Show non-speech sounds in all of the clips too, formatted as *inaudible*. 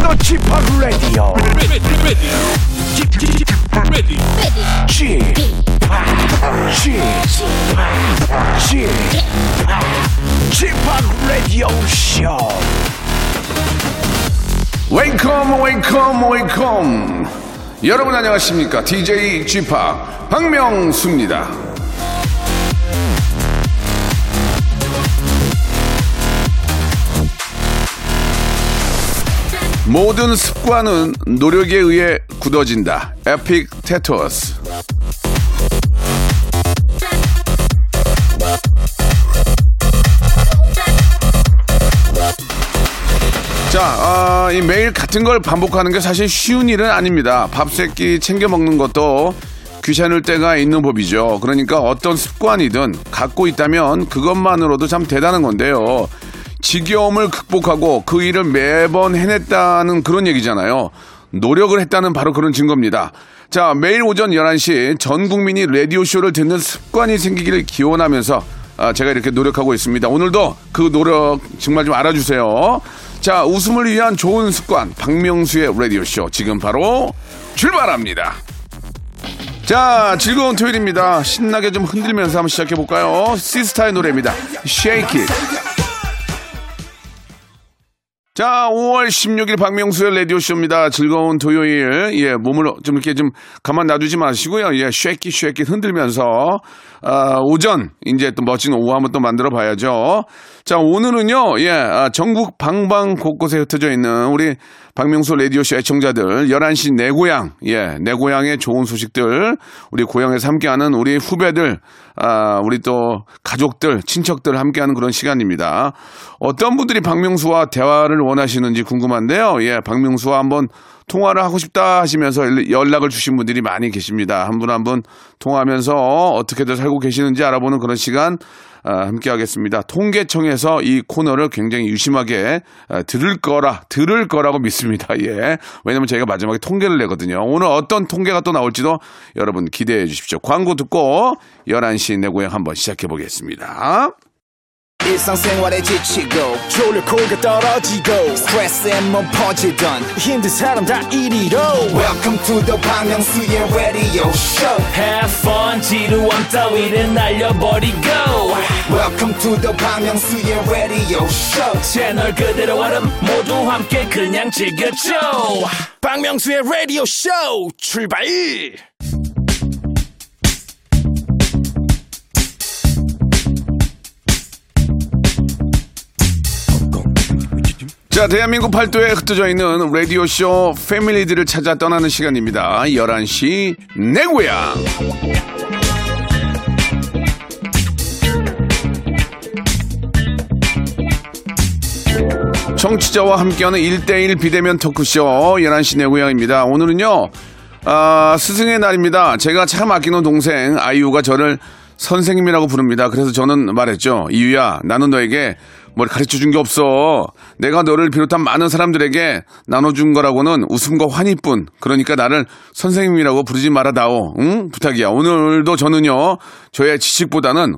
더 지팍 라디오 ready, ready, ready, ready. 지팍 지팍 지팍 지팍 라디오 쇼 웨이컴 웨이컴 웨이컴 여러분 안녕하십니까 DJ g 파 박명수입니다 모든 습관은 노력에 의해 굳어진다 에픽 테토스 자, 아, 이 매일 같은 걸 반복하는 게 사실 쉬운 일은 아닙니다. 밥 세 끼 챙겨 먹는 것도 귀찮을 때가 있는 법이죠. 그러니까 어떤 습관이든 갖고 있다면 그것만으로도 참 대단한 건데요. 지겨움을 극복하고 그 일을 매번 해냈다는 그런 얘기잖아요. 노력을 했다는 바로 그런 증거입니다. 자, 매일 오전 11시 전 국민이 라디오쇼를 듣는 습관이 생기기를 기원하면서 아, 제가 이렇게 노력하고 있습니다. 오늘도 그 노력 정말 좀 알아주세요. 자, 웃음을 위한 좋은 습관, 박명수의 라디오쇼. 지금 바로 출발합니다. 자, 즐거운 토요일입니다. 신나게 좀 흔들면서 한번 시작해볼까요? 시스타의 노래입니다. Shake It. 자, 5월 16일 박명수의 라디오쇼입니다. 즐거운 토요일. 예, 몸을 좀 이렇게 좀 가만 놔두지 마시고요. 예, 쉐끼 쉐끼 흔들면서, 아, 오전, 이제 또 멋진 오후 한번 또 만들어 봐야죠. 자, 오늘은요, 예, 아, 전국 방방 곳곳에 흩어져 있는 우리 박명수 라디오쇼 애청자들, 11시 내 고향, 예, 내 고향의 좋은 소식들, 우리 고향에서 함께하는 우리 후배들, 아, 우리 또 가족들, 친척들 함께하는 그런 시간입니다. 어떤 분들이 박명수와 대화를 원하시는지 궁금한데요. 예, 박명수와 한번 통화를 하고 싶다 하시면서 일- 연락을 주신 분들이 많이 계십니다. 한 분 한 분 통화하면서 어떻게들 살고 계시는지 알아보는 그런 시간 아, 함께 하겠습니다. 통계청에서 이 코너를 굉장히 유심하게 아, 들을 거라 들을 거라고 믿습니다. *laughs* 예. 왜냐면 저희가 마지막에 통계를 내거든요. 오늘 어떤 통계가 또 나올지도 여러분 기대해 주십시오. 광고 듣고 11시 내 고향 한번 시작해 보겠습니다. 일상생활에 지치고, 졸려 코가 떨어지고, 스트레스에 몸 퍼지던, 힘든 사람 다 이리로. welcome to the Bang Myung-soo's radio show Have fun 지루함 따위를 날려버리고 welcome to the Bang Myung-soo's radio show 채널 그대로 와름 모두 함께 그냥 즐겨줘 박명수의 라디오 쇼 출발! 자, 대한민국 팔도에 흩어져 있는 라디오쇼 패밀리들을 찾아 떠나는 시간입니다. 11시 내 고향. 청취자와 함께하는 1대1 비대면 토크쇼 11시 내 고향입니다. 오늘은요, 아, 스승의 날입니다. 제가 참 아끼는 동생 아이유가 저를 선생님이라고 부릅니다. 그래서 저는 말했죠. 이유야, 나는 너에게 뭘 가르쳐 준 게 없어. 내가 너를 비롯한 많은 사람들에게 나눠준 거라고는 웃음과 환희뿐. 그러니까 나를 선생님이라고 부르지 말아다오. 응? 부탁이야. 오늘도 저는요, 저의 지식보다는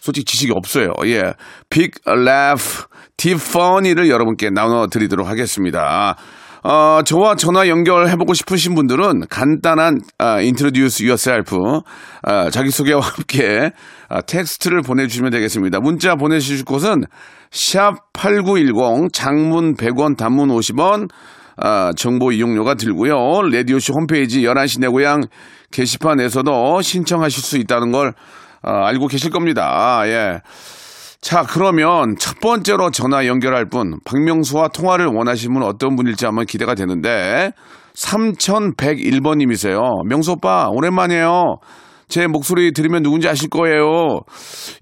솔직히 지식이 없어요. 예. 빅 라프 디퍼니를 여러분께 나눠 드리도록 하겠습니다. 어, 저와 전화 연결해보고 싶으신 분들은 간단한 아, introduce yourself, 아, 자기소개와 함께 아, 텍스트를 보내주시면 되겠습니다. 문자 보내주실 곳은 샵8910 장문 100원 단문 50원 아, 정보 이용료가 들고요. 라디오쇼 홈페이지 11시 내 고향 게시판에서도 신청하실 수 있다는 걸 아, 알고 계실 겁니다. 예. 자, 그러면 첫 번째로 전화 연결할 분, 박명수와 통화를 원하시는 분 어떤 분일지 한번 기대가 되는데, 3101번님이세요. 명수 오빠, 오랜만이에요. 제 목소리 들으면 누군지 아실 거예요.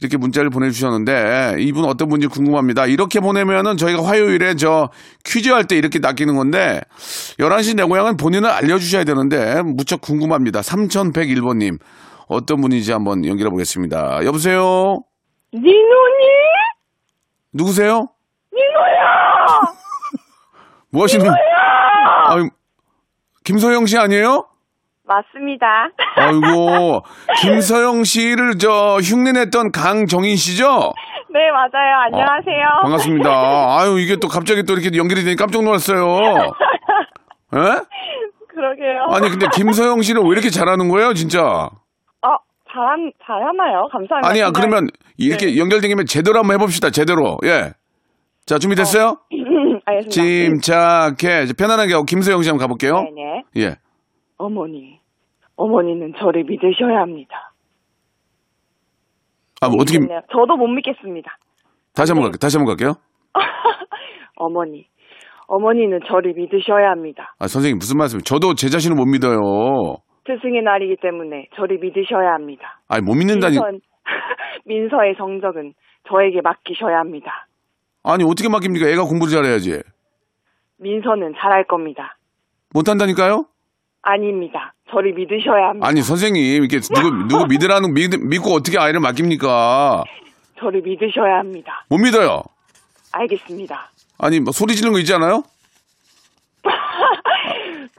이렇게 문자를 보내주셨는데, 이분 어떤 분인지 궁금합니다. 이렇게 보내면은 저희가 화요일에 저 퀴즈 할 때 이렇게 낚이는 건데, 11시 내 고향은 본인을 알려주셔야 되는데, 무척 궁금합니다. 3101번님. 어떤 분인지 한번 연결해 보겠습니다. 여보세요? 니노니? 누구세요? 니노야! *laughs* 뭐 하시는 아유, 김서영 씨 아니에요? 맞습니다. 어? 아이고, 김서영 씨를 저 흉내냈던 강정인 씨죠? *laughs* 네, 맞아요. 어, 안녕하세요. 반갑습니다. 아유, 이게 또 갑자기 또 이렇게 연결이 되니 깜짝 놀랐어요. 에? 그러게요. 아니, 근데 김서영 씨는 왜 이렇게 잘하는 거예요, 진짜? 어, 잘한, 잘하나요? 감사합니다. 네. 아니야, 정말. 그러면 이렇게 연결되면 제대로 한번 해봅시다, 제대로. 예. 자, 준비됐어요? *laughs* 알겠습니다. 침착해. 이제 편안하게 하고 김서영 씨 한번 가볼게요. 네, 네네. 예. 어머니, 어머니는 저를 믿으셔야 합니다. 아, 뭐 어떻게, 네, 저도 못 믿겠습니다. *laughs* 다시 한번 갈게요. 다시 한번 갈게요. 어머니, 어머니는 저를 믿으셔야 합니다. 아, 선생님, 무슨 말씀이에요? 저도 제 자신을 못 믿어요. 스승의 날이기 때문에 저를 믿으셔야 합니다. 아니, 못 믿는다니. 민선, *laughs* 민서의 성적은 저에게 맡기셔야 합니다. 아니, 어떻게 맡깁니까? 애가 공부를 잘해야지. 민서는 잘할 겁니다. 못한다니까요? 아닙니다. 저를 믿으셔야 합니다. 아니, 선생님, 이렇게 누구, 누구 믿으라는, 믿, 믿고 어떻게 아이를 맡깁니까? 저를 믿으셔야 합니다. 못 믿어요. 알겠습니다. 아니, 뭐 소리 지르는 거 있지 않아요?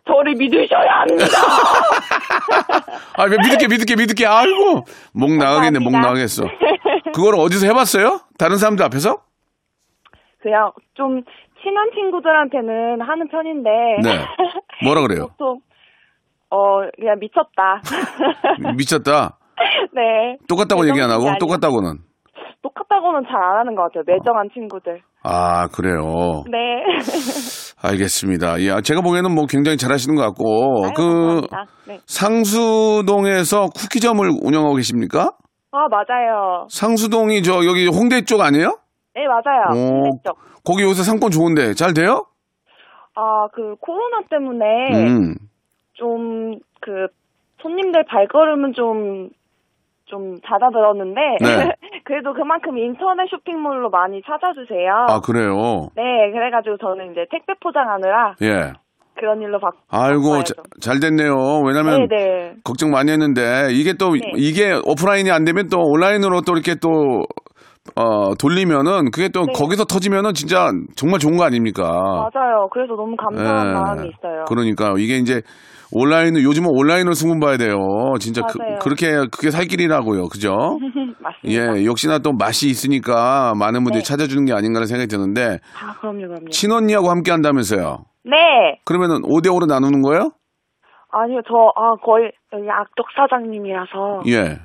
저를 믿으셔야 합니다. *laughs* 아, 왜 믿을게, 믿을게, 믿을게. 아이고, 목 나가겠네, 목 *laughs* 나가겠어. 그걸 어디서 해봤어요? 다른 사람들 앞에서? 그냥 좀 친한 친구들한테는 하는 편인데 네. 뭐라 그래요? *laughs* 보통 어 그냥 미쳤다. *laughs* 미쳤다. 네. 똑같다고 얘기 안 하고? 매정인지 똑같다고는. 아니- 똑같다고는 잘 안 하는 것 같아요. 매정한 친구들. 아, 그래요. 네. 알겠습니다. 예, 제가 보기에는 뭐 굉장히 잘하시는 것 같고, 아유, 그, 감사합니다. 네. 상수동에서 쿠키점을 운영하고 계십니까? 아 맞아요. 상수동이 저 여기 홍대 쪽 아니에요? 네 맞아요. 오. 그랬죠. 거기 요새 상권 좋은데 잘 돼요? 아그 코로나 때문에 음. 좀 그 손님들 발걸음은 좀 좀 잦아들었는데 네. *laughs* 그래도 그만큼 인터넷 쇼핑몰로 많이 찾아주세요. 아 그래요. 네, 그래가지고 저는 이제 택배 포장하느라 예. 그런 일로 바. 아이고 바빠요, 자- 좀. 잘 됐네요. 왜냐면 어, 네, 네. 걱정 많이 했는데 이게 또 네. 이게 오프라인이 안 되면 또 온라인으로 또 이렇게 또 어, 돌리면은 그게 또 네. 거기서 터지면은 진짜 정말 좋은 거 아닙니까? 맞아요. 그래서 너무 감사한 예. 마음이 있어요. 그러니까 이게 이제 온라인은 요즘은 온라인을 숨은 봐야 돼요. 진짜 그, 맞아요. 렇게 그게 살 길이라고요. *laughs* 그죠? 맞습니다. 예, 역시나 또 맛이 있으니까 많은 분들이 네. 찾아주는 게 아닌가라는 생각이 드는데 아, 그럼요, 그럼요. 친언니하고 함께 한다면서요. 네, 그러면은 5대 5로 나누는 거예요? 아니요, 저 아, 거의 여기 악덕 사장님이라서 예.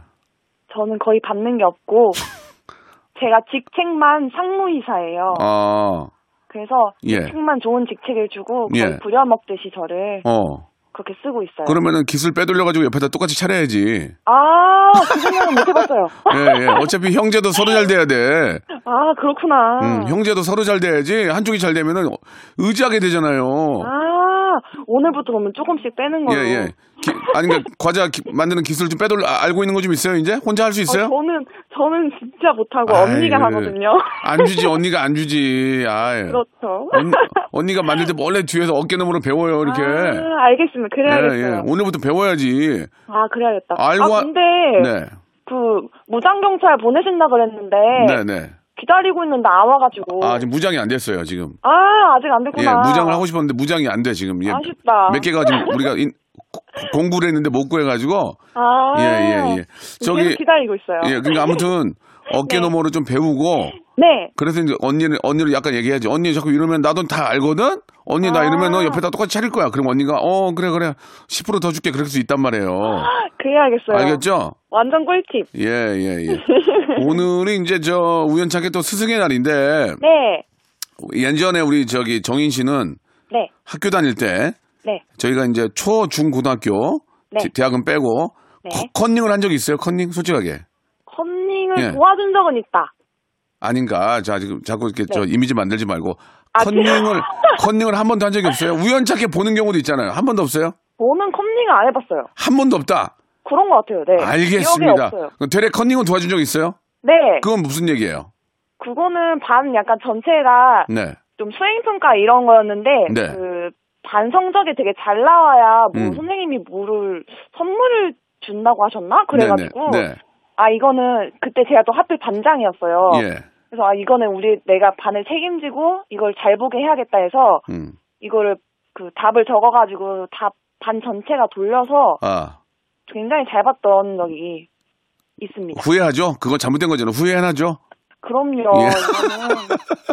저는 거의 받는 *laughs* 게 없고 제가 직책만 상무이사예요. 아. 어. 그래서 예. 직책만 좋은 직책을 주고 거의 예. 부려먹듯이 저를 어. 그렇게 쓰고 있어요. 그러면은 기술 빼돌려 가지고 옆에다 똑같이 차려야지. 아, 그 생각은 못 해봤어요. 예, *laughs* 예. 어차피 형제도 서로 잘 돼야 돼. 아, 그렇구나. 음, 형제도 서로 잘 돼야지. 한쪽이 잘 되면은 의지하게 되잖아요. 아, 오늘부터 그러면 조금씩 빼는 예, 거로. 예. 기- 아니 그러니까 과자 기- 만드는 기술 좀 빼돌려 아, 알고 있는 거 좀 있어요, 이제? 혼자 할 수 있어요? 예. 아, 저는 저는 진짜 못하고 아이, 언니가 하거든요. 안 주지 언니가 안 주지. 아이. *laughs* 그렇죠. 아, 언, 언니가 만들 때 원래 뒤에서 어깨 너머로 배워요 이렇게. 예, 아, 알겠습니다. 그래야겠어요. 오늘부터 배워야지. 아, 그래야겠다. 알고 아, 하- 근데 네. 그 무장 경찰 보내신다 그랬는데 네, 네. 기다리고 있는데 안 와가지고. 아, 지금 무장이 안 됐어요, 지금. 아, 아직 안 예, 됐구나. 무장을 하고 싶었는데 무장이 안 돼, 지금. 예. 아쉽다. 몇 개가 지금 우리가 인- 고- 공부를 했는데 못 구해가지고. 아, 예, 예, 예. 저기. 계속 기다리고 있어요. 예, 그러니까 아무튼 어깨 *laughs* 네. 너머로 좀 배우고. 네. *gasps* 그래서 이제 언니는, 언니를 약간 얘기해야지. 언니 자꾸 이러면 나도 다 알거든? 언니 나 아. 이러면 너 옆에다 똑같이 차릴 거야. 그럼 언니가, 어, 그래, 그래. 10%더 줄게. 그럴 수 있단 말이에요. 그래야겠어요. 알겠죠? 완전 꿀팁. 예, 예, 예. *laughs* 오늘이 이제 저 우연찮게 또 스승의 날인데 네. 예전에 우리 저기 정인 씨는 네. 학교 다닐 때 네. 저희가 이제 초, 중, 고등학교 네. 대- 대학은 빼고 네. 커- 컨닝을 한 적이 있어요. 컨닝 솔직하게 컨닝을 예. 도와준 적은 있다. 아닌가? 자 지금 자꾸 이렇게 저 이미지 만들지 말고 네. 아, *laughs* 컨닝을 컨닝을 한 번도 한 적이 없어요. 우연찮게 보는 경우도 있잖아요. 한 번도 없어요? 저는 컨닝을 안 해봤어요. 한 번도 없다. 그런 것 같아요. 네. 기억이 알겠습니다. 없어요. 그럼 되레 컨닝은 도와준 적 있어요? 네. 그건 무슨 얘기예요? 그... 거는반 약간 전체가 네. 좀 수행평가 이런 거였는데 네. 그 반성적이 되게 잘 나와야 뭐 음. 선생님이 뭐를 선물을 준다고 하셨나? 그래가지고 네. 네. 아 이거는 그때 제가 또 하필 반장이었어요. 예. 그래서 아 이거는 우리 내가 반을 책임지고 이걸 잘 보게 해야겠다 해서 음. 이거를 그 답을 적어가지고 답 반 전체가 돌려서 아. 굉장히 잘 봤던 적이 있습니다. 후회하죠? 그건 잘못된 거잖아요. 후회하죠? 그럼요. 예. 저는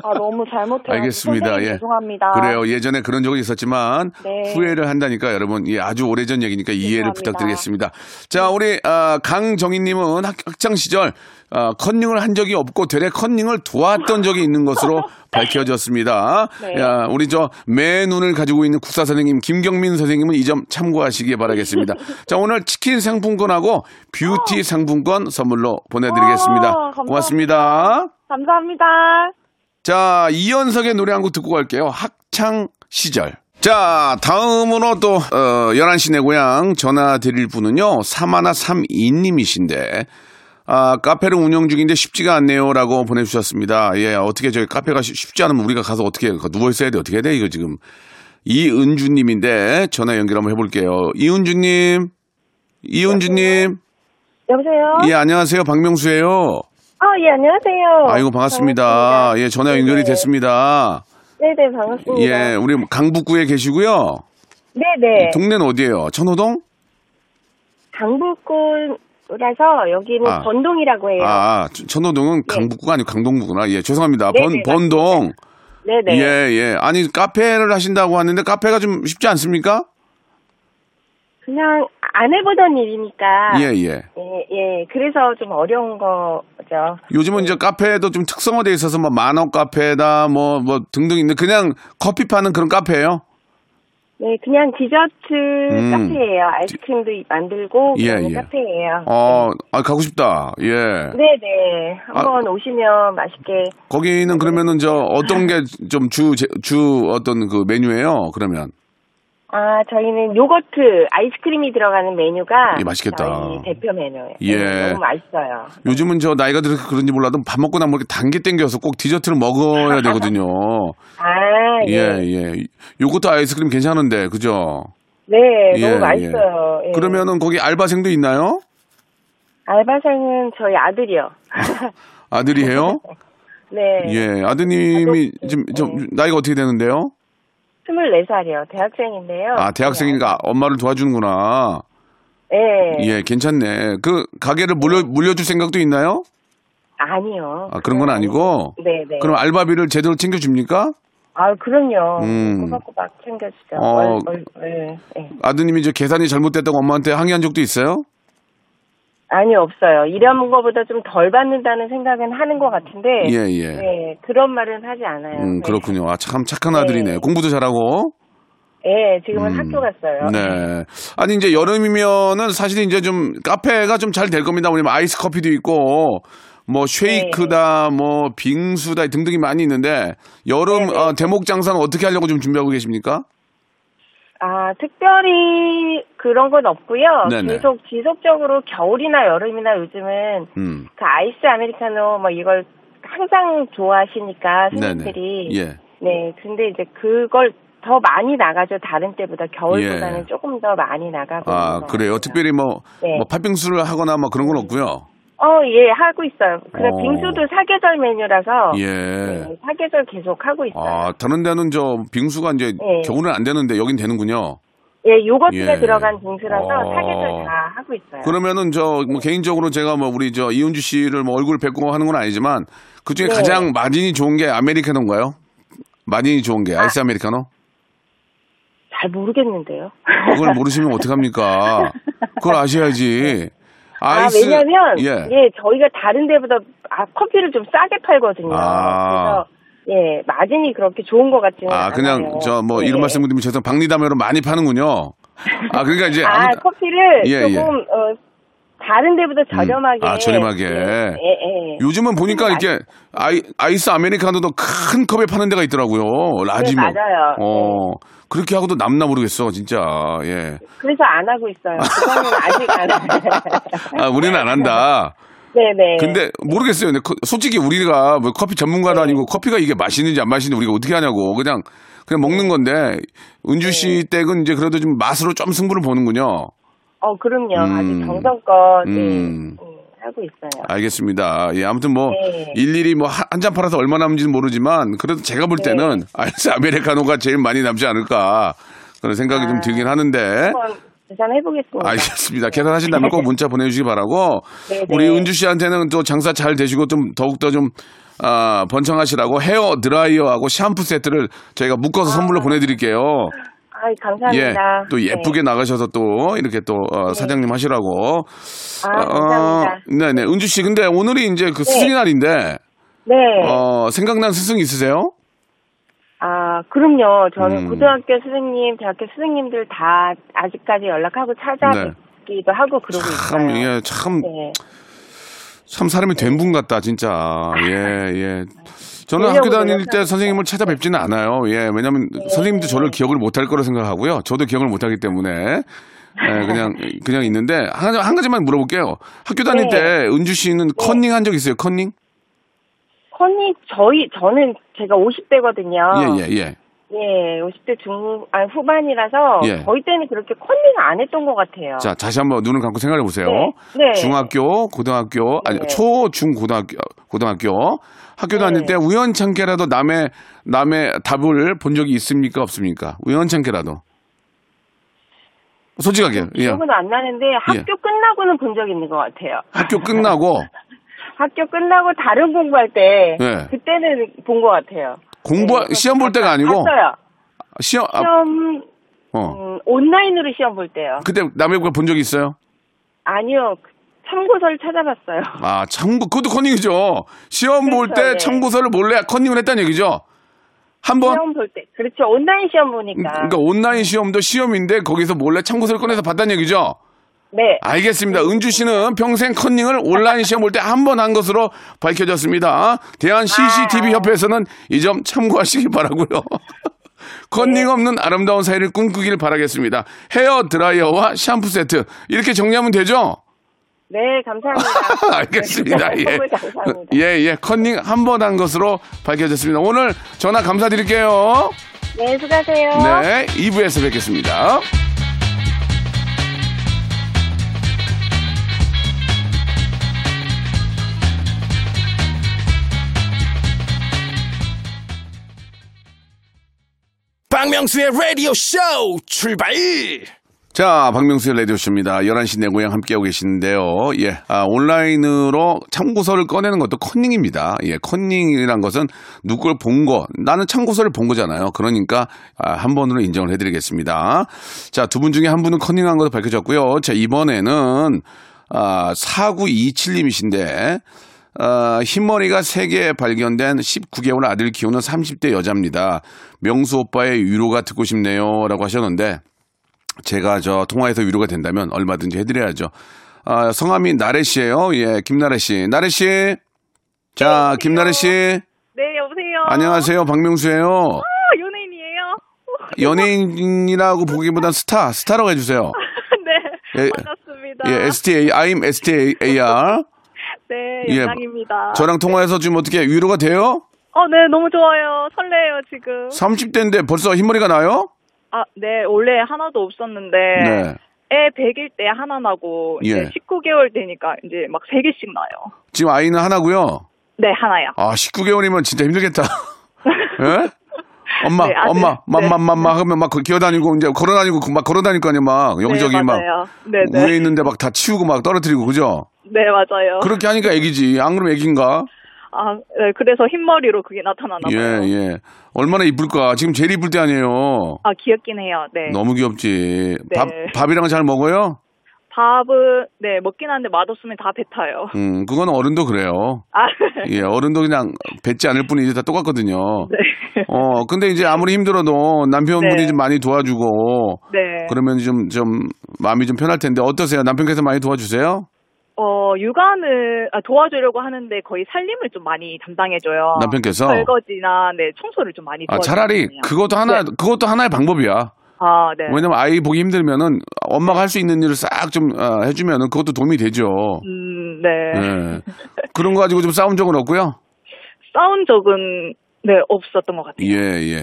아 너무 잘못해요. 알겠습니다. 예. 죄송합니다. 그래요. 예전에 그런 적이 있었지만 네. 후회를 한다니까 여러분 예, 아주 오래전 얘기니까 이해를 죄송합니다. 네. 부탁드리겠습니다. 자, 우리 아, 강정희님은 학- 학창 시절 아, 컨닝을 한 적이 없고 되레 컨닝을 도왔던 적이 있는 *laughs* 것으로 밝혀졌습니다. 네. 야, 우리 저 매 눈을 가지고 있는 국사 선생님 김경민 선생님은 이 점 참고하시기 *laughs* 바라겠습니다. 자, 오늘 치킨 상품권하고 뷰티 상품권 선물로 보내드리겠습니다. 아, 어. 감사합니다. 고맙습니다. 감사합니다. 자, 이현석의 노래 한 곡 듣고 갈게요. 학창 시절. 자, 다음으로 또, 어, 11시 내 고향 전화 드릴 분은요, 3132님이신데, 아, 카페를 운영 중인데 쉽지가 않네요. 라고 보내주셨습니다. 예, 어떻게 저희 카페가 쉽- 쉽지 않으면 우리가 가서 어떻게, 누워있어야 돼? 어떻게 해야 돼? 이거 지금. 이은주님인데, 전화 연결 한번 해볼게요. 이은주님, 이은주님, 여보세요? 예, 안녕하세요. 박명수예요 아, 예, 안녕하세요. 네. 아이고, 어, 반갑습니다. 예, 전화 연결이 됐습니다. 네네, 반갑습니다. 예, 우리 강북구에 계시고요. 네네. 동네는 어디예요? 천호동? 강북구라서 여기는 아. 번동이라고 해요. 아, 천- 천호동은 강북구가 아니고 강동구구나. 예, 죄송합니다. 네, 번 네, 번동. 네네. 예, 예. 아니 카페를 하신다고 하는데 카페가 좀 쉽지 않습니까? 그냥 안 해보던 일이니까. 예, 예. 예, 예. 그래서 좀 어려운 거죠. 요즘은 이제 카페도 좀 특성화돼 있어서 뭐 만원 카페다 뭐 뭐 등등 있는데 그냥 커피 파는 그런 카페예요. 네, 그냥 디저트 음. 카페예요. 아이스크림도 만들고 예, 그런 예. 카페예요. 어, 아 가고 싶다. 예. 네네. 한번 아. 오시면 맛있게. 거기는 그러면은 저 아. 어떤 게 좀 주 주 어떤 그 메뉴예요? 그러면 아, 저희는 요거트, 아이스크림이 들어가는 메뉴가 예, 맛있겠다. 저희 대표 메뉴예요. 예. 네, 너무 맛있어요. 요즘은 저 나이가 들어서 그런지 몰라도 밥 먹고 나면 이렇게 단게 땡겨서 꼭 디저트를 먹어야 *laughs* 되거든요. 아, 예, 예. 요거트 아이스크림 괜찮은데, 그죠? 네, 예, 너무 맛있어요. 예. 그러면은 거기 알바생도 있나요? 알바생은 저희 아들이요. 아들이 해요? *laughs* 네. 예, 아드님이 아들, 지금 좀 예. 나이가 어떻게 되는데요? 24살이요. 대학생인데요. 아, 네. 대학생이니까 엄마를 도와주는구나. 예. 예, 괜찮네. 그 가게를 물려, 물려줄 생각도 있나요? 아니요. 아, 그런 건 아니고. 네, 네. 그럼 알바비를 제대로 챙겨줍니까? 아, 그럼요. 음. 꼬박꼬박 챙겨주죠. 어. 얼, 얼, 예, 예. 아드님이 저 계산이 잘못됐다고 엄마한테 항의한 적도 있어요? 아니, 없어요. 일하는 거보다 좀 덜 받는다는 생각은 하는 것 같은데. 예, 예. 예, 그런 말은 하지 않아요. 음, 네. 그렇군요. 아, 참 착한 아들이네. 네. 공부도 잘하고. 예, 지금은 음. 학교 갔어요. 네. 아니, 이제 여름이면은 사실 이제 좀 카페가 좀 잘 될 겁니다. 왜냐면 아이스 커피도 있고, 뭐 쉐이크다, 뭐 빙수다 등등이 많이 있는데, 여름 네, 네. 어, 대목 장사는 어떻게 하려고 좀 준비하고 계십니까? 아, 특별히 그런 건 없고요. 네네. 계속 지속적으로 겨울이나 여름이나 요즘은 음. 그 아이스 아메리카노 뭐 이걸 항상 좋아하시니까 네네. 손님들이 예. 네 근데 이제 그걸 더 많이 나가죠 다른 때보다 겨울보다는 예. 조금 더 많이 나가고 있는 아, 것 그래요. 같아요. 특별히 뭐, 네. 뭐 팥빙수를 하거나 뭐 그런 건 없고요. 어, 예, 하고 있어요. 근데 어. 빙수도 사계절 메뉴라서 예. 네, 사계절 계속 하고 있어요. 아, 다른 데는 저 빙수가 이제 네. 겨울은 안 되는데 여긴 되는군요. 예, 요거트가 예. 들어간 빙수라서 어. 사계절 다 하고 있어요. 그러면은 저 뭐 개인적으로 제가 뭐 우리 저 이은주 씨를 뭐 얼굴 뵙고 하는 건 아니지만 그 중에 네. 가장 마진이 좋은 게 아메리카노인가요? 마진이 좋은 게 아이스 아메리카노? 잘 모르겠는데요. 그걸 모르시면 어떡합니까? 그걸 아셔야지. 아이스 아, 왜냐면, 예. 예. 저희가 다른 데보다 아, 커피를 좀 싸게 팔거든요. 아. 그래서, 예, 마진이 그렇게 좋은 것 같지는 아, 그냥 않아요. 저 뭐 이런 예. 말씀 드리면 죄송 박리담회로 많이 파는군요. 아, 그러니까 이제 아, 아무- 커피를 예, 예. 조금, 어, 다른 데보다 저렴하게. 아, 저렴하게. 예, 예. 예. 요즘은 보니까 이렇게 아이, 아이스 아메리카노도 큰 컵에 파는 데가 있더라고요. 라지면. 네, 맞아요. 어. 그렇게 하고도 남나 모르겠어, 진짜. 예. 그래서 안 하고 있어요. 그거는 아직 안. *laughs* 아, 우리는 안 한다. 네네. 근데 모르겠어요. 근데 거- 솔직히 우리가 뭐 커피 전문가도 아니고 커피가 이게 맛있는지 안 맛있는지 우리가 어떻게 하냐고. 그냥 그냥 먹는 건데 은주 씨 댁은 이제 그래도 좀 맛으로 좀 승부를 보는군요. 어, 그럼요. 음. 아직 정성껏. 예, 음. 아. 음, 하고 있어요. 알겠습니다. 예, 아무튼 뭐 네. 일일이 뭐 한 잔 팔아서 얼마 남는지는 모르지만 그래도 제가 볼 때는 아, 아이스 아메리카노가 제일 많이 남지 않을까 그런 생각이 좀 들긴 하는데 한번 계산해보겠습니다. 아, 알겠습니다. 계산하신다면 꼭 문자 보내주시기 바라고 네, 우리 네. 은주 씨한테는 또 장사 잘 되시고 좀 더욱더 좀 아, 번창하시라고 헤어 드라이어하고 샴푸 세트를 저희가 묶어서 선물로 보내드릴게요. 아이, 아, 감사합니다. 네. 예, 또 예쁘게 나가셔서 또 이렇게 또 어, 사장님 하시라고. 어, 네. 아, 감사합니다. 네, 네. 은주 씨, 근데 오늘이 이제 그 스승의 날인데 네. 어, 생각난 스승 있으세요? 아, 그럼요. 저는 음. 고등학교 선생님, 대학교 선생님들 다 아직까지 연락하고 찾아뵙기도 하고 그러고 네. 참, 있어요. 예, 참, 네. 참 사람이 된 분 같다, 진짜. 예, 예. 저는 네, 학교 오늘 다닐 영상에서. 때 선생님을 찾아뵙지는 않아요. 예, 왜냐면 선생님도 저를 기억을 못할 거라 생각하고요. 저도 기억을 못하기 때문에. 예, 그냥, 그냥 있는데, 한, 한 가지만 물어볼게요. 학교 다닐 네. 때 은주 씨는 컨닝 한 적 있어요, 컨닝? 허니, 저희, 저는 제가 50대거든요. 예, 예, 예. 예, 50대 중, 아니, 후반이라서 예. 저희 때는 그렇게 컨닝 안 했던 것 같아요. 자, 다시 한번 눈을 감고 생각해 보세요. 네, 네. 중학교, 고등학교, 아니, 네. 초, 중, 고등학교, 고등학교. 학교 다닐 때 우연찮게라도 남의, 남의 답을 본 적이 있습니까? 없습니까? 우연찮게라도. 솔직하게, 예. 기억은 안 나는데 학교 끝나고는 본 적 있는 것 같아요. 학교 *laughs* 네, 끝나고 학교 끝나고 다른 공부할 때 네. 그때는 본 것 같아요. 공부, 네, 시험 볼 때가 아니고, 봤어요. 시험, 아, 시험 어. 음, 온라인으로 시험 볼 때요. 그때 남의 걸 본 적 있어요? 아니요. 그 참고서를 찾아봤어요. 아, 참고, 그것도 컨닝이죠. 시험 볼 그렇죠, 때 네. 참고서를 몰래 컨닝을 했다는 얘기죠. 한 번? 시험 볼 때. 그렇죠. 온라인 시험 보니까. 뭐? 그러니까 온라인 시험도 시험인데 거기서 몰래 참고서를 꺼내서 봤다는 얘기죠. 네. 아. 알겠습니다. 은주 씨는 평생 컨닝을 온라인 시험 볼 때 한 번 한 것으로 밝혀졌습니다. 아. 대한 CCTV 협회에서는 이 점 참고하시기 바라고요. *laughs* 네. 컨닝 없는 아름다운 사이를 꿈꾸길 바라겠습니다. 헤어 드라이어와 샴푸 세트 이렇게 정리하면 되죠? *laughs* 네, 감사합니다. 알겠습니다. 예. 정말 네, 감사합니다. 예, 예. 컨닝 한 번 한 것으로 밝혀졌습니다. 오늘 전화 감사드릴게요. 네, 수고하세요. 네, 2부에서 뵙겠습니다. 박명수의 라디오 쇼 출발 자, 박명수의 라디오쇼입니다. 11시 내 고향 함께하고 계시는데요. 예, 아, 온라인으로 참고서를 꺼내는 것도 컨닝입니다. 예, 컨닝이란 것은 누굴 본 거, 나는 참고서를 본 거잖아요. 그러니까, 아, 한 번으로 인정을 해드리겠습니다. 자, 두 분 중에 한 분은 컨닝한 것도 밝혀졌고요. 자, 이번에는, 아, 4927님이신데, 어, 흰머리가 세계 발견된 19개월 아들 키우는 30대 여자입니다. 명수 오빠의 위로가 듣고 싶네요. 라고 하셨는데, 제가 저 통화해서 위로가 된다면 얼마든지 해드려야죠. 아, 성함이 나래 씨예요. 예, 김나래 씨. 나래 씨. 자, 김나래 씨. 네, 여보세요. 안녕하세요. 박명수예요. 아, *laughs* 연예인이에요. 연예인이라고 보기보단 스타, 스타라고 해주세요. 네, 예, 반갑습니다. 예, STA, I'm STAR. 네, 예, 영광입니다. 저랑 통화해서 지금 어떻게 위로가 돼요? 어, 네, 너무 좋아요. 설레요, 지금. 30대인데 벌써 흰머리가 나요? 아, 네, 원래 하나도 없었는데. 네. 네. 애 100일 때 하나 나고 예. 이제 19개월 되니까 이제 막 3개씩 나요. 지금 아이는 하나고요. 네, 하나야. 아, 19개월이면 진짜 *laughs* 힘들겠다. 예? 엄마, 네, 아들. 엄마, 네. 맘맘맘마 하면 막 기어다니고 이제 걸어다니고 그막 걸어다닐 거 아니야 막 여기저기 네, 막 맞아요. 네, 네. 위에 있는데 막 다 치우고 막 떨어뜨리고 그죠? 네, 맞아요. 그렇게 하니까 애기지. 안 그러면 애기인가? 아, 네, 그래서 흰머리로 그게 나타나나 예, 봐요. 예. 얼마나 이쁠까? 지금 제일 이쁠 때 아니에요. 아, 귀엽긴 해요. 네. 너무 귀엽지. 네. 밥 밥이랑 잘 먹어요? 밥은 네, 먹긴 하는데 맛없으면 다 뱉어요. *laughs* 음, 그건 어른도 그래요. 아. 예, 어른도 그냥 뱉지 않을 뿐이지 다 똑같거든요. 네. 어, 근데 이제 아무리 힘들어도 남편분이 네. 좀 많이 도와주고 네. 그러면 좀, 좀, 마음이 좀 편할 텐데, 어떠세요? 남편께서 많이 도와주세요? 어, 육아는 아, 도와주려고 하는데 거의 살림을 좀 많이 담당해줘요. 남편께서? 설거지나 네 청소를 좀 많이 아, 도와주거든요. 차라리, 그것도 하나, 그것도 하나의 방법이야. 아, 네. 왜냐면 아이 보기 힘들면은, 엄마가 할 수 있는 일을 싹 좀 어, 해주면은 그것도 도움이 되죠. 음, 네. 예. 그런 거 가지고 좀 싸운 적은 없고요. 싸운 적은 네 없었던 것 같아요. 예, 예.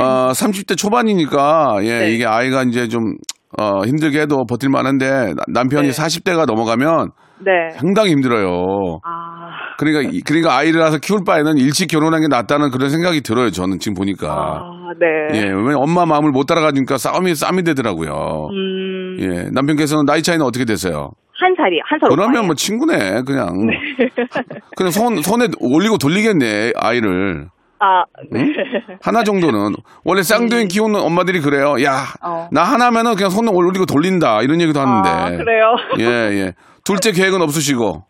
어, 30대 초반이니까, 예, 네. 이게 아이가 이제 좀, 어, 힘들게 해도 버틸만 한데, 나- 남편이 네. 40대가 넘어가면 네. 상당히 힘들어요. 아, 그러니까, 이- 그러니까 아이를 낳아서 키울 바에는 일찍 결혼한 게 낫다는 그런 생각이 들어요, 저는 지금 보니까. 아, 네. 예, 왜냐면 엄마 마음을 못 따라가니까 싸움이 싸움이 되더라고요. 음, 예, 남편께서는 나이 차이는 어떻게 되세요? 한 살이 한살 그러면 뭐 친구네, *laughs* 그냥. 그냥 손, 손에 올리고 돌리겠네, 아이를. 아, 네. 음. 하나 정도는. 원래 쌍둥이 키우는 엄마들이 그래요. 야, 어. 나 하나면은 그냥 손 올리고 돌린다. 이런 얘기도 하는데. 아, *laughs* 그래요? 예, 예. 둘째 계획은 없으시고.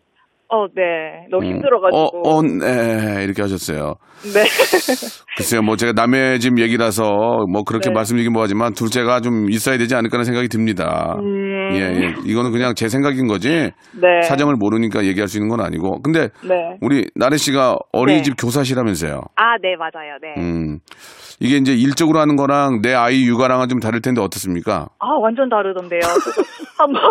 어, 네. 너무 음. 힘들어가지고. 어, 어, 네. 이렇게 하셨어요. 네. *laughs* 글쎄요, 뭐 제가 남의 집 얘기라서 뭐 그렇게 네. 말씀드리긴 뭐하지만 둘째가 좀 있어야 되지 않을까라는 생각이 듭니다. 음. 예, 예. 이거는 그냥 제 생각인 거지 네. 사정을 모르니까 얘기할 수 있는 건 아니고. 근데 네. 우리 나래 씨가 어린이집 네. 교사시라면서요. 아, 네, 맞아요. 네. 음. 이게 이제 일적으로 하는 거랑 내 아이 육아랑은 좀 다를 텐데 어떻습니까? 아, 완전 다르던데요. 저도 *laughs* 한번,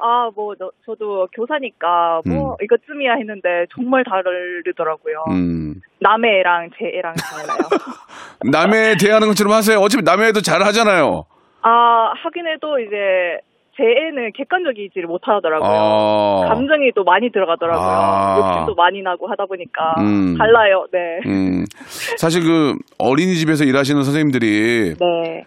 아, 뭐, 너- 저도 교사니까 뭐, 이것쯤이야 했는데 정말 다르더라고요. 음. 남의 애랑 제 애랑 달라요. *laughs* 남의 대하는 것처럼 하세요. 어차피 남의 애도 잘 하잖아요. 아, 하긴 해도 이제 제 애는 객관적이지를 못하더라고요. 아. 감정이 또 많이 들어가더라고요. 아. 욕심도 많이 나고 하다 보니까 음. 달라요. 네. 음. 사실 그 어린이집에서 일하시는 선생님들이 네.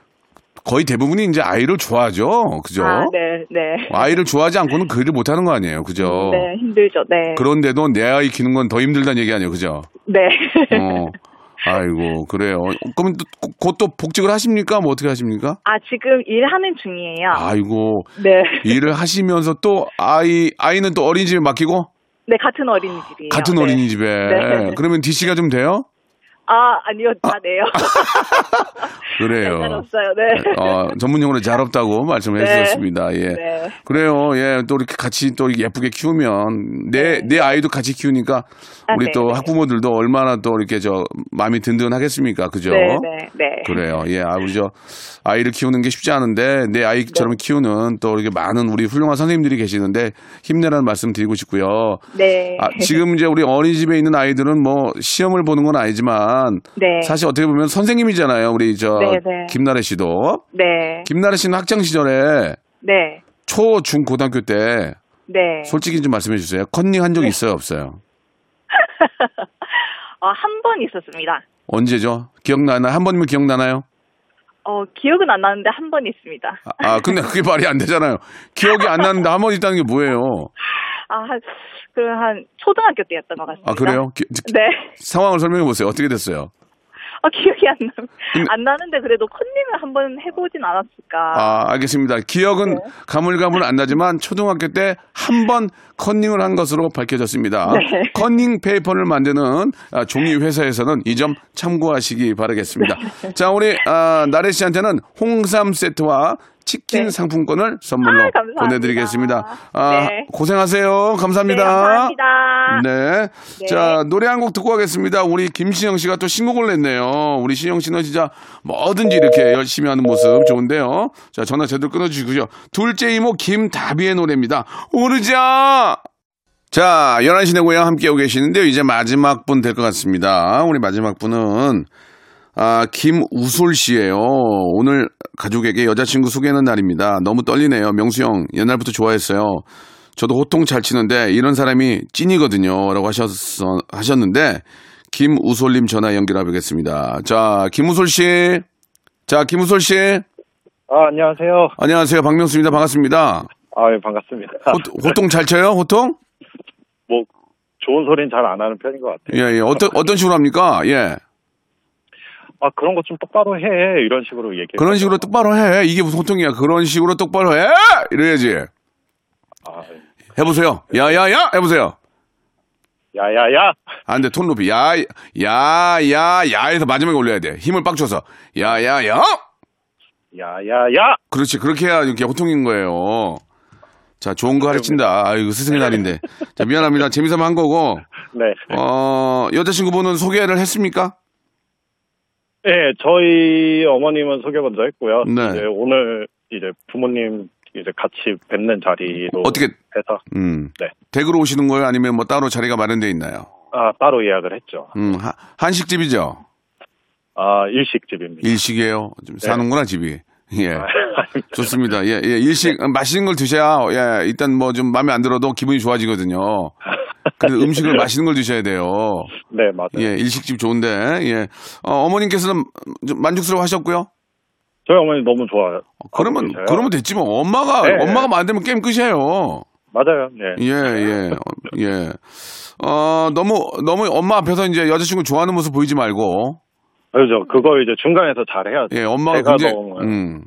거의 대부분이 이제 아이를 좋아하죠. 그죠? 아, 네, 네. 이를 좋아하지 않고는 그 일을 못 하는 거 아니에요. 그죠? 네, 힘들죠. 네. 어. 그런데도 내 아이 키는 건 더 힘들다는 얘기 아니에요. 그죠? 네. 어. 아이고, 그래요. 그럼 또, 곧 또 복직을 하십니까? 뭐 어떻게 하십니까? *laughs* 아, 지금 일하는 중이에요. 아이고, 네. 일을 하시면서 또 아이, 아이는 또 어린이집에 맡기고? 네, 같은 어린이집이에요. 같은 네. 어린이집에. 네. 그러면 DC가 좀 돼요? 아, 아니요. 다 내요. *laughs* 그래요. 상관없어요. 네. 어, 전문용어로 잘 없다고 말씀을 네. 해주셨습니다. 예. 네. 그래요. 예. 또 이렇게 같이 또 예쁘게 키우면 내 내 아이도 같이 키우니까 네. 아, 우리 네, 또 네. 학부모들도 얼마나 또 이렇게 저 마음이 든든하겠습니까? 그죠? 네, 네, 네. 그래요. 예, 아, 우리 저 아이를 키우는 게 쉽지 않은데 내 아이처럼 네. 키우는 또 이렇게 많은 우리 훌륭한 선생님들이 계시는데 힘내라는 말씀 드리고 싶고요. 네. 아, 지금 이제 우리 어린이집에 있는 아이들은 뭐 시험을 보는 건 아니지만 네. 사실 어떻게 보면 선생님이잖아요. 우리 저 네, 네. 김나래 씨도 네. 김나래 씨는 학창 시절에 네. 초, 중, 고등학교 때 네. 솔직히 좀 말씀해 주세요. 컨닝 한 적 있어요, 없어요? 어, 한 번 있었습니다. 언제죠? 기억나나? 한 번이면 기억나나요? 어, 기억은 안 나는데 한 번 있습니다. 아, 아, 근데 그게 말이 안 되잖아요. 기억이 안 나는데 한 번 있다는 게 뭐예요? 아, 한, 그, 한, 초등학교 때였던 것 같습니다. 아, 그래요? 기- 네. 상황을 설명해 보세요. 어떻게 됐어요? 아, 기억이 안, 나, 근데- 안 나는데 그래도 컨닝을 한 번 해보진 않았을까. 아, 알겠습니다. 기억은 네. 가물가물 안 나지만 초등학교 때 한 번 컨닝을 한 것으로 밝혀졌습니다. 네. 컨닝 페이퍼를 만드는 아, 종이 회사에서는 이 점 참고하시기 바라겠습니다. 네. 자, 우리 아, 나래 씨한테는 홍삼 세트와 치킨 네. 상품권을 선물로 아, 감사합니다. 보내드리겠습니다. 아, 네. 고생하세요. 네, 감사합니다. 네. 네. 자, 노래 한 곡 듣고 가겠습니다. 우리 김신영 씨가 또 신곡을 냈네요. 우리 신영 씨는 진짜 뭐든지 이렇게 열심히 하는 모습 좋은데요. 자, 전화 제대로 끊어주시고요. 둘째 이모 김다비의 노래입니다. 오르자! 자, 11시 내고요. 함께하고 계시는데요. 이제 마지막 분 될 것 같습니다. 우리 마지막 분은 아, 김우솔 씨예요. 오늘 가족에게 여자친구 소개하는 날입니다. 너무 떨리네요. 명수 형, 옛날부터 좋아했어요. 저도 호통 잘 치는데 이런 사람이 찐이거든요. 라고 하셨, 하셨는데 김우솔님 전화 연결해 보겠습니다. 자, 김우솔 씨. 자, 김우솔 씨. 아, 안녕하세요. 안녕하세요. 박명수입니다. 반갑습니다. 아, 예, 반갑습니다. 호, 호통 잘 쳐요? 호통? 뭐, 좋은 소리는 잘 안 하는 편인 것 같아요. 예, 예. 어떤, 어떤 식으로 합니까? 예. 아, 그런 거 좀 똑바로 해. 이런 식으로 얘기해. 그런 식으로 똑바로 해. 이게 무슨 호통이야. 그런 식으로 똑바로 해! 이래야지. 아, 예. 해보세요. 야, 야, 야! 해보세요. 야, 야, 야! 안 돼, 톤 높이. 야, 야, 야, 야에서 마지막에 올려야 돼. 힘을 빡 줘서. 야, 야, 야! 야, 야, 야! 그렇지. 그렇게 해야 이렇게 호통인 거예요. 자, 좋은 거 가르친다. 아이고, 스승의 날인데. 자, 미안합니다. 재미삼아 한 거고. 네. 어, 여자친구분은 소개를 했습니까? 예, 저희 어머님은 소개 먼저 했고요. 네. 이제 오늘 이제 부모님 이제 같이 뵙는 자리로. 어떻게, 해서, 음. 네. 댁으로 오시는 거예요? 아니면 뭐 따로 자리가 마련돼 있나요? 아, 따로 예약을 했죠. 음, 하- 한식집이죠? 아, 일식집입니다. 일식이에요. 좀 사는구나, 집이. 예. 아, 좋습니다. 예, 예. 일식, 맛있는 걸 드셔야, 예, 일단 뭐 좀 마음에 안 들어도 기분이 좋아지거든요. 근데 음식을 맛있는 걸 드셔야 돼요. *laughs* 네, 맞아요. 예, 일식집 좋은데, 예. 어, 어머님께서는 좀 만족스러워 하셨고요. 저희 어머니 너무 좋아, 그러면 진짜요? 그러면 됐지 뭐. 엄마가 네. 엄마가 만들면 게임 끝이에요. 맞아요. 네. 예, 예, 예. 어, 너무, 너무 엄마 앞에서 이제 여자친구 좋아하는 모습 보이지 말고, 그죠. 그걸 이제 중간에서 잘 해야 돼. 예, 엄마가 제가 굉장히, 너무- 음.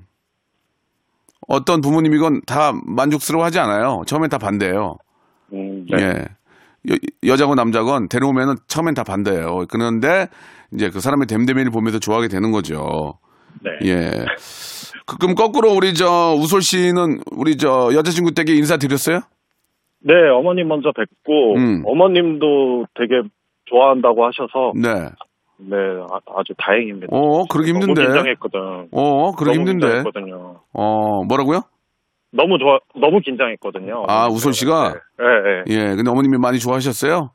어떤 부모님이건 다 만족스러워 하지 않아요. 처음엔 다 반대예요. 음, 네. 예. 여, 여자건 남자건 데려오면은 처음엔 다 반대예요. 그런데 이제 그 사람의 됨됨이를 보면서 좋아하게 되는 거죠. 네. 예. 그, 그럼 거꾸로 우리 저 우솔 씨는 우리 저 여자친구 댁에 인사드렸어요? 네, 어머님 먼저 뵙고 음. 어머님도 되게 좋아한다고 하셔서 네. 네, 아, 주 다행입니다. 어, 그러기 너무 힘든데. 긴장했거든. 어, 그러기 너무 힘든데. 긴장했거든요. 어, 뭐라고요? 너무 좋아, 너무 어, 긴장했거든요. 아, 우솔 씨가? 예, 예. 예, 근데 어머님이 많이 좋아하셨어요?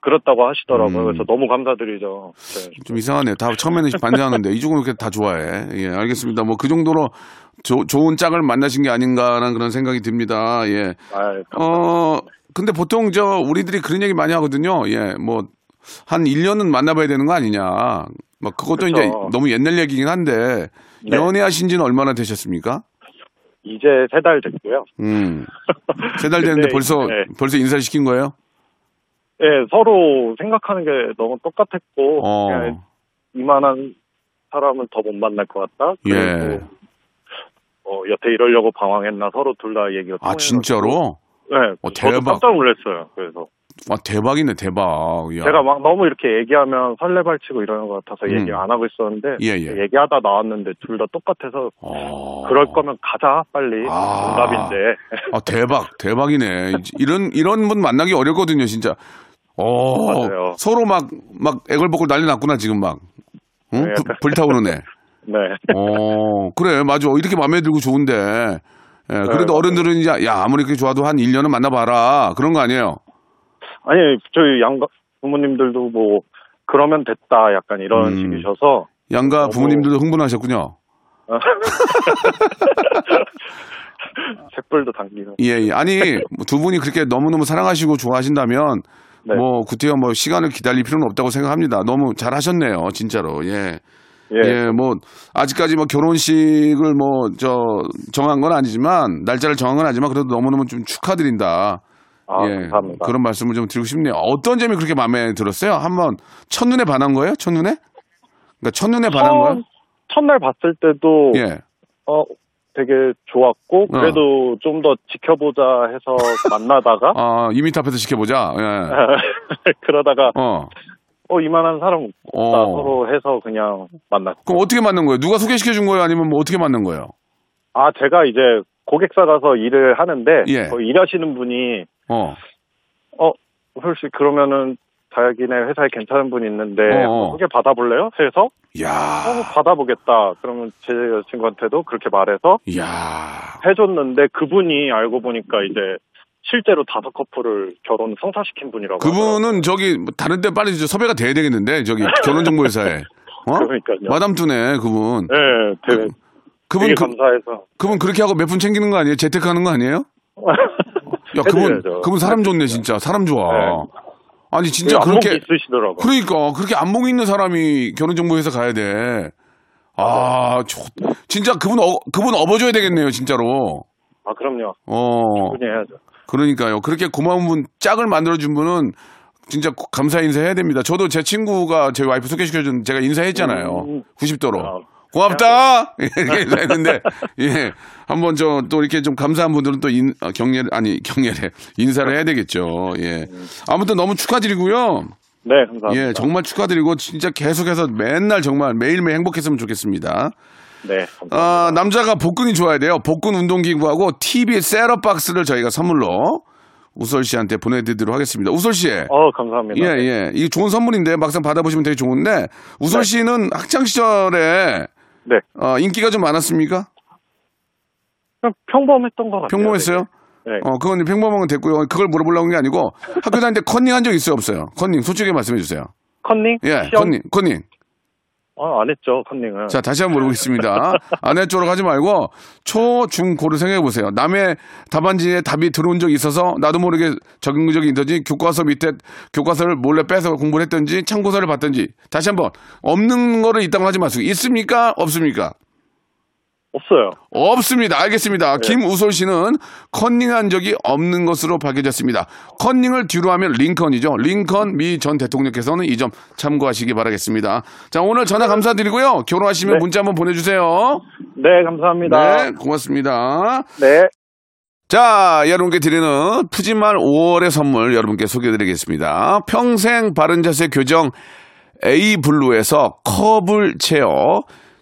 그렇다고 하시더라고요. 음. 그래서 너무 감사드리죠. 네. 좀 이상하네요. 다 처음에는 반대하는데 이쪽은 이렇게 다 좋아해. 예, 알겠습니다. 뭐 그 정도로 조- 좋은 짝을 만나신 게 아닌가라는 그런 생각이 듭니다. 예. 아, 어, 근데 보통 저 우리들이 그런 얘기 많이 하거든요. 예, 뭐 한 1년은 만나봐야 되는 거 아니냐. 막 그것도 그쵸. 이제 너무 옛날 얘기긴 한데 그렇죠. 네. 연애하신 지는 얼마나 되셨습니까? 이제 세 달 됐고요. *laughs* 음. 세 달 됐는데 근데 벌써 네. 벌써 인사를 시킨 거예요? 예, 서로 생각하는 게 너무 똑같았고, 어. 그냥 이만한 사람은 더 못 만날 것 같다. 그리고 예. 어, 여태 이러려고 방황했나 서로 둘 다 얘기가 아, 통해가지고. 진짜로? 네, 어, 저도 대박. 깜짝 놀랐어요. 그래서 와, 대박이네, 대박. 야. 제가 뭐, 막 너무 이렇게 얘기하면 설레발치고 이러는 것 같아서 음. 얘기 안 하고 있었는데 예, 예. 얘기하다 나왔는데 둘 다 똑같아서 어. 그럴 거면 가자 빨리 아. 정답인데 *laughs* 아 대박 대박이네 이런 이런 분 만나기 어렵거든요 진짜 어 맞아요. 서로 막 막 애걸복걸 난리 났구나 지금 막 응? 네, 불- 약간. 불타오르네 네 어 그래 맞아 이렇게 마음에 들고 좋은데 예, 그래도 네, 맞아요. 어른들은 이제 야 아무리 그렇게 좋아도 한 1년은 만나봐라 그런 거 아니에요 아니 저희 양가 부모님들도 뭐 그러면 됐다 약간 이런 음. 식이셔서 *laughs* 양가 너무- 부모님들도 흥분하셨군요 쇳불도 당기고 예, 예. 아니 뭐두 분이 그렇게 너무너무 사랑하시고 좋아하신다면 네. 뭐 구태여 뭐 시간을 기다릴 필요는 없다고 생각합니다 너무 잘하셨네요 진짜로 예 예, 예, 뭐 아직까지 뭐 결혼식을 뭐 저 정한 건 아니지만 날짜를 정한 건 아니지만 그래도 너무너무 좀 축하드린다. 아 예, 감사합니다 그런 말씀을 좀 드리고 싶네요. 어떤 점이 그렇게 마음에 들었어요? 한번 첫눈에 반한 거예요? 첫눈에? 그러니까 첫눈에 반한 어. 거예요? 첫날 봤을 때도 예. 어 되게 어. 좋았고 그래도 좀 더 지켜보자 *laughs* 해서 만나다가 아, 2m 앞에서 지켜보자. 네. 예. *laughs* 그러다가 어. 어 이만한 사람 어. 없다 서로 해서 그냥 만났. 그럼 어떻게 만난 거예요? 누가 소개시켜 준 거예요? 아니면 뭐 어떻게 만난 거예요? 아 제가 이제 고객사 가서 일을 하는데 예. 거기 일하시는 분이 어. 어 혹시 그러면은 자기네 회사에 괜찮은 분이 있는데 어어. 소개 받아볼래요? 해서 어, 야. 받아보겠다. 그러면 제 여자친구한테도 그렇게 말해서 야. 해줬는데 그분이 알고 보니까 이제 실제로 다섯 커플을 결혼 성사시킨 분이라고. 그분은 저기 다른 데 빨리 저 섭외가 돼야 되겠는데 저기 결혼 정보 회사에. 어? 그러니까요. 마담 뚜네 그분. 예, 네, 되게, 그분 되게 그, 감사해서 그분 그렇게 하고 몇 분 챙기는 거 아니에요? 재테크하는 거 아니에요? *laughs* 야 그분 해드려야죠. 그분 사람 좋네 진짜 사람 좋아. 네. 아니 진짜 안목이 그렇게 있으시더라고요. 그러니까 그렇게 안목 있는 사람이 결혼정보회사 가야 돼. 아, 저, 진짜 그분 어, 그분 업어줘야 되겠네요 진짜로. 아 그럼요. 어 분이 해야죠. 그러니까요 그렇게 고마운 분 짝을 만들어준 분은 진짜 고- 감사 인사 해야 됩니다. 저도 제 친구가 제 와이프 소개시켜준 제가 인사했잖아요. 음. 90도로. 아, 고맙다 *laughs* 이렇게 인사했는데 예 한번 저 또 이렇게 좀 감사한 분들은 또 인, 아, 경례 아니 *laughs* 경례래 인사를 해야 되겠죠 예 아무튼 너무 축하드리고요 네, 감사합니다. 예 정말 축하드리고 진짜 계속해서 맨날 정말 매일매일 행복했으면 좋겠습니다 네, 감사합니다. 아 남자가 복근이 좋아야 돼요 복근 운동기구하고 TV 셋업 박스를 저희가 선물로 우솔 씨한테 보내드리도록 하겠습니다 우솔 씨 어, 감사합니다. 예, 예. 이게 좋은 선물인데 막상 받아보시면 되게 좋은데 우선 네. 씨는 학창 시절에 네. 어, 인기가 좀 많았습니까? 그냥 평범했던 것 같아요. 평범했어요? 되게. 네. 어, 그건 이제 평범한 건 됐고요. 그걸 물어보려고 한 게 아니고 학교 다닐 때 컨닝 한 적 있어요, 없어요? 컨닝 솔직히 말씀해 주세요. 컨닝? 예, 시험? 컨닝, 컨닝. 어, 안 했죠, 컨닝은. 자, 다시 한번 물어보겠습니다. 아내 쪽으로 가지 말고 초, 중, 고를 생각해 보세요. 남의 답안지에 답이 들어온 적이 있어서 나도 모르게 적용 적이 있든지 교과서 밑에 교과서를 몰래 빼서 공부를 했든지 참고서를 봤든지 다시 한번 없는 거를 있다고 하지 마시고 있습니까? 없습니까? 없어요. 없습니다. 알겠습니다. 김우솔 씨는 컨닝한 적이 없는 것으로 밝혀졌습니다. 컨닝을 뒤로 하면 링컨이죠. 링컨 미 전 대통령께서는 이 점 참고하시기 바라겠습니다. 자, 오늘 전화 감사드리고요. 결혼하시면 네. 문자 한번 보내주세요. 네, 감사합니다. 네, 고맙습니다. 네. 자, 여러분께 드리는 푸짐한 5월의 선물 여러분께 소개드리겠습니다. 평생 바른 자세 교정 A 블루에서 컵을 채워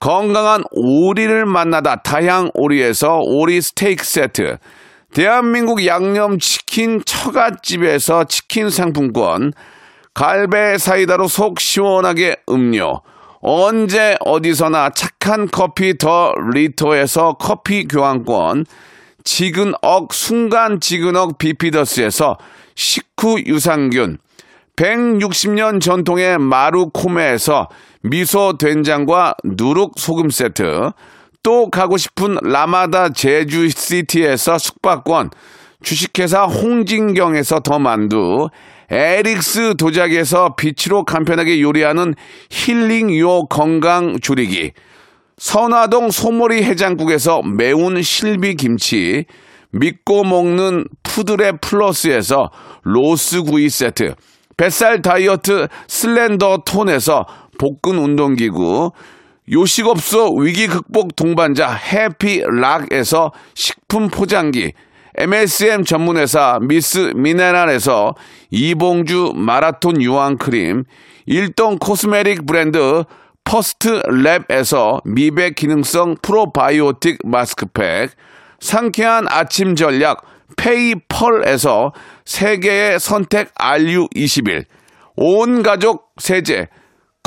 건강한 오리를 만나다 다양 오리에서 오리 스테이크 세트, 대한민국 양념치킨 처갓집에서 치킨 상품권, 갈배 사이다로 속 시원하게 음료. 언제 어디서나 착한 커피 더 리터에서 커피 교환권. 지근억 순간 지근억 비피더스에서 식후 유산균. 160년 전통의 마루코메에서 미소 된장과 누룩 소금 세트, 또 가고 싶은 라마다 제주시티에서 숙박권, 주식회사 홍진경에서 더 만두, 에릭스 도자기에서 빛으로 간편하게 요리하는 힐링 요 건강 조리기, 선화동 소머리 해장국에서 매운 실비 김치, 믿고 먹는 푸드랩 플러스에서 로스 구이 세트, 뱃살 다이어트 슬렌더 톤에서 복근 운동기구, 요식업소 위기 극복 동반자 해피락에서 식품 포장기, MSM 전문회사 미스 미네랄에서 이봉주 마라톤 유황크림, 일동 코스메릭 브랜드 퍼스트 랩에서 미백 기능성 프로바이오틱 마스크팩, 상쾌한 아침 전략 페이펄에서 세계의 선택 RU21, 온 가족 세제,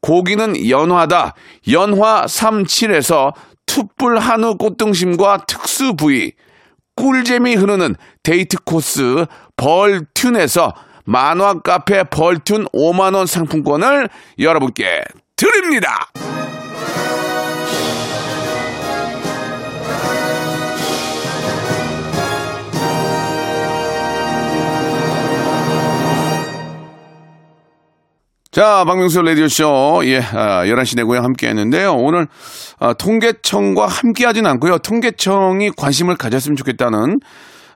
고기는 연화다, 연화 37에서 투뿔 한우 꽃등심과 특수 부위, 꿀잼이 흐르는 데이트 코스 벌튠에서 만화 카페 벌튠 5만원 상품권을 여러분께 드립니다. 자, 박명수 라디오쇼, 예, 아, 11시 내고요, 함께 했는데요. 오늘, 아, 통계청과 함께 하진 않고요. 통계청이 관심을 가졌으면 좋겠다는,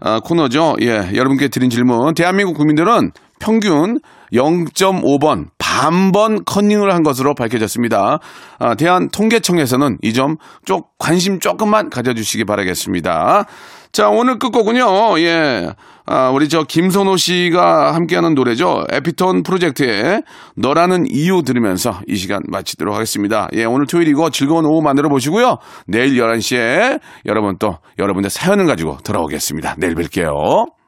아, 코너죠. 예, 여러분께 드린 질문. 대한민국 국민들은 평균 0.5번, 반번 컨닝을 한 것으로 밝혀졌습니다. 아, 대한 통계청에서는 이 점 쪽 관심 조금만 가져주시기 바라겠습니다. 자, 오늘 끝곡은요, 예, 아, 우리 저 김선호 씨가 함께하는 노래죠. 에피톤 프로젝트의 너라는 이유 들으면서 이 시간 마치도록 하겠습니다. 예, 오늘 토요일이고 즐거운 오후 만들어 보시고요. 내일 11시에 여러분 또 여러분의 사연을 가지고 돌아오겠습니다. 내일 뵐게요.